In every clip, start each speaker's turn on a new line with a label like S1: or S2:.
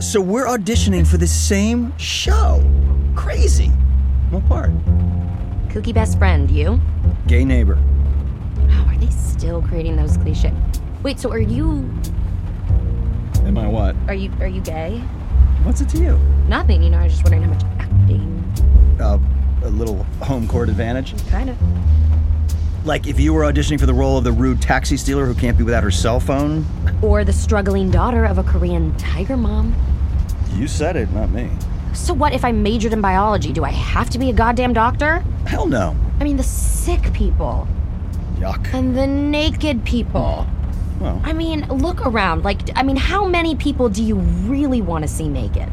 S1: So we're auditioning for the same show. Crazy. What part?
S2: Kooky best friend, you?
S1: Gay neighbor.
S2: Wow, are they still creating those cliche? Wait, so are you
S1: Am I what?
S2: are you are you gay?
S1: What's it to you?
S2: Nothing, you know, I was just wondering how much acting
S1: Uh, a little home court advantage.
S2: kinda.
S1: Like if you were auditioning for the role of the rude taxi stealer who can't be without her cell phone.
S2: Or the struggling daughter of a Korean tiger mom.
S1: You said it, not me.
S2: So what if I majored in biology? Do I have to be a goddamn doctor?
S1: Hell no.
S2: I mean the sick people
S1: Yuck.
S2: and the naked people.
S1: Well,
S2: I mean, look around. Like I mean, how many people do you really want to see naked?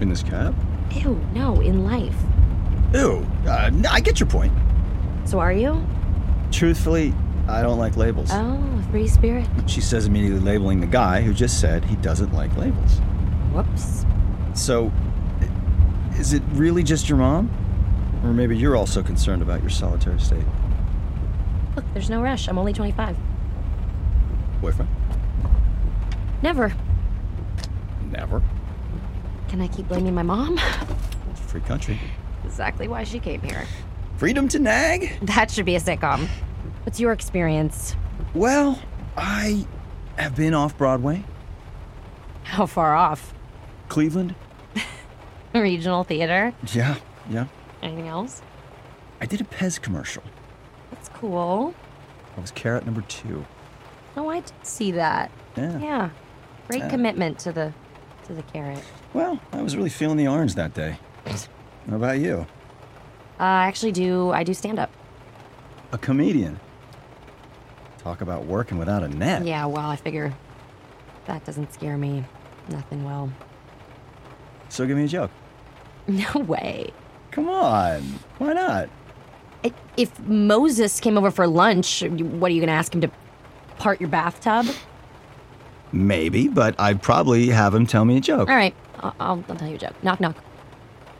S1: in this cab.
S2: Ew, no, in life.
S1: Ew. Uh, no, I get your point.
S2: So are you?
S1: Truthfully, I don't like labels.
S2: Oh, a free spirit.
S1: She says immediately labeling the guy who just said he doesn't like labels.
S2: Whoops.
S1: So, i- is it really just your mom? Or maybe you're also concerned about your solitary state?
S2: Look, there's no rush. I'm only 25.
S1: Boyfriend?
S2: Never.
S1: Never.
S2: Can I keep blaming my mom?
S1: It's a free country.
S2: exactly why she came here.
S1: Freedom to nag?
S2: That should be a sitcom. What's your experience?
S1: Well, I have been off Broadway,
S2: How far off?
S1: Cleveland.
S2: Regional theater?
S1: Yeah, yeah.
S2: Anything else?
S1: I did a Pez commercial.
S2: That's cool.
S1: I was carrot number two.
S2: Oh, I did see that.
S1: Yeah.
S2: Yeah. Great
S1: Yeah.
S2: commitment to the to the carrot.
S1: Well, I was really feeling the orange that day. How about you?
S2: Uh, I actually do I do stand up.
S1: A comedian. Talk about working without a net.
S2: Yeah, well, I figure that doesn't scare me. Nothing will.
S1: So give me a joke.
S2: No way.
S1: Come on. Why not?
S2: I- If Moses came over for lunch, what are you going to ask him to part your bathtub?
S1: Maybe, but I'd probably have him tell me a joke.
S2: All right, I'll, I'll, I'll tell you a joke. Knock, knock.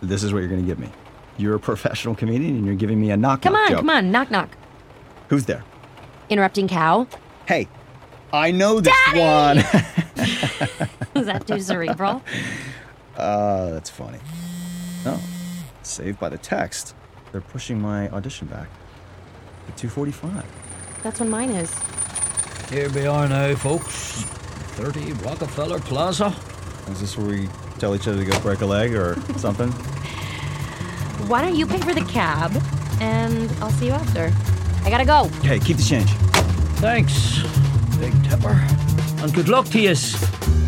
S1: This is what you're going to give me. You're a professional comedian and you're giving me a knock
S2: Come on,
S1: joke.
S2: come on. Knock, knock.
S1: Who's there?
S2: Interrupting cow.
S1: Hey, I know this one.
S2: Is that too cerebral?
S1: uh, that's funny. Oh, saved by the text. They're pushing my audition back. At 2:45.
S2: That's what mine is.
S3: Here we are now, folks. 30 Rockefeller Plaza.
S1: Is this where we tell each other to go break a leg or something?
S2: Why don't you pay for the cab and I'll see you after? I gotta go.
S1: Hey, keep the change.
S3: Thanks, Big Tipper. And good luck to yous.